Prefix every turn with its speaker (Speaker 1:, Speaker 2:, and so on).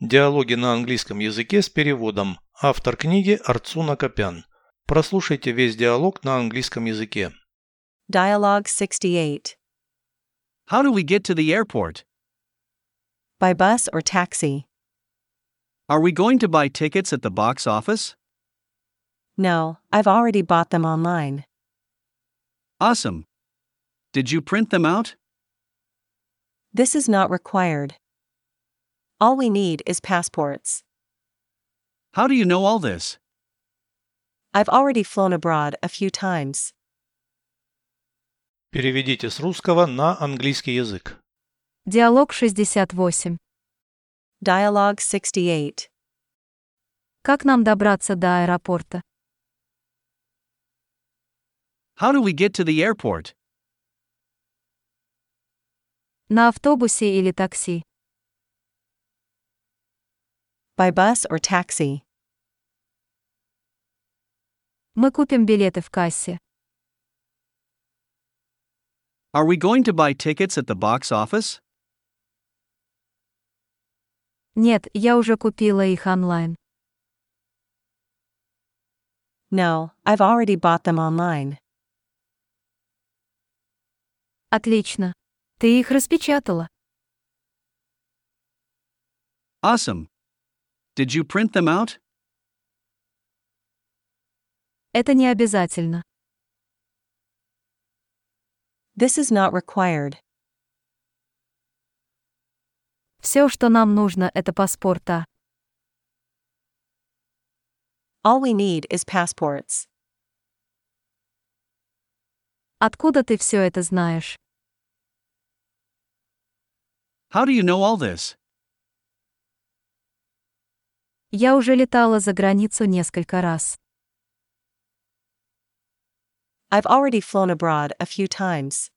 Speaker 1: Диалоги на английском языке с переводом. Автор книги Арцуна Копян. Прослушайте весь диалог на английском языке.
Speaker 2: Dialogue 68.
Speaker 3: How do we get to the airport?
Speaker 2: By bus or taxi?
Speaker 3: Are we going to buy tickets at the box office?
Speaker 2: No, I've already bought them online.
Speaker 3: Awesome. Did you print them out?
Speaker 2: This is not required. All we need is passports.
Speaker 3: How do you know all this?
Speaker 2: I've already flown abroad a few times.
Speaker 1: Переведите с русского на английский язык.
Speaker 4: Диалог 68.
Speaker 2: Dialogue 68.
Speaker 4: Как нам добраться до аэропорта?
Speaker 3: How do we get to the airport?
Speaker 4: На автобусе или такси?
Speaker 2: By bus or taxi?
Speaker 4: Мы купим билеты в кассе.
Speaker 3: Are we going to buy tickets at the box office?
Speaker 4: Нет, я уже купила их онлайн.
Speaker 2: No, I've already bought them online.
Speaker 4: Отлично. Ты их распечатала.
Speaker 3: Awesome. Did you print them out?
Speaker 4: Это не обязательно.
Speaker 2: This is not required.
Speaker 4: Все, что нам нужно, это паспорта.
Speaker 2: All we need is passports.
Speaker 4: Откуда ты все это знаешь?
Speaker 3: How do you know all this?
Speaker 4: Я уже летала за границу несколько раз.
Speaker 2: I've already flown abroad a few times.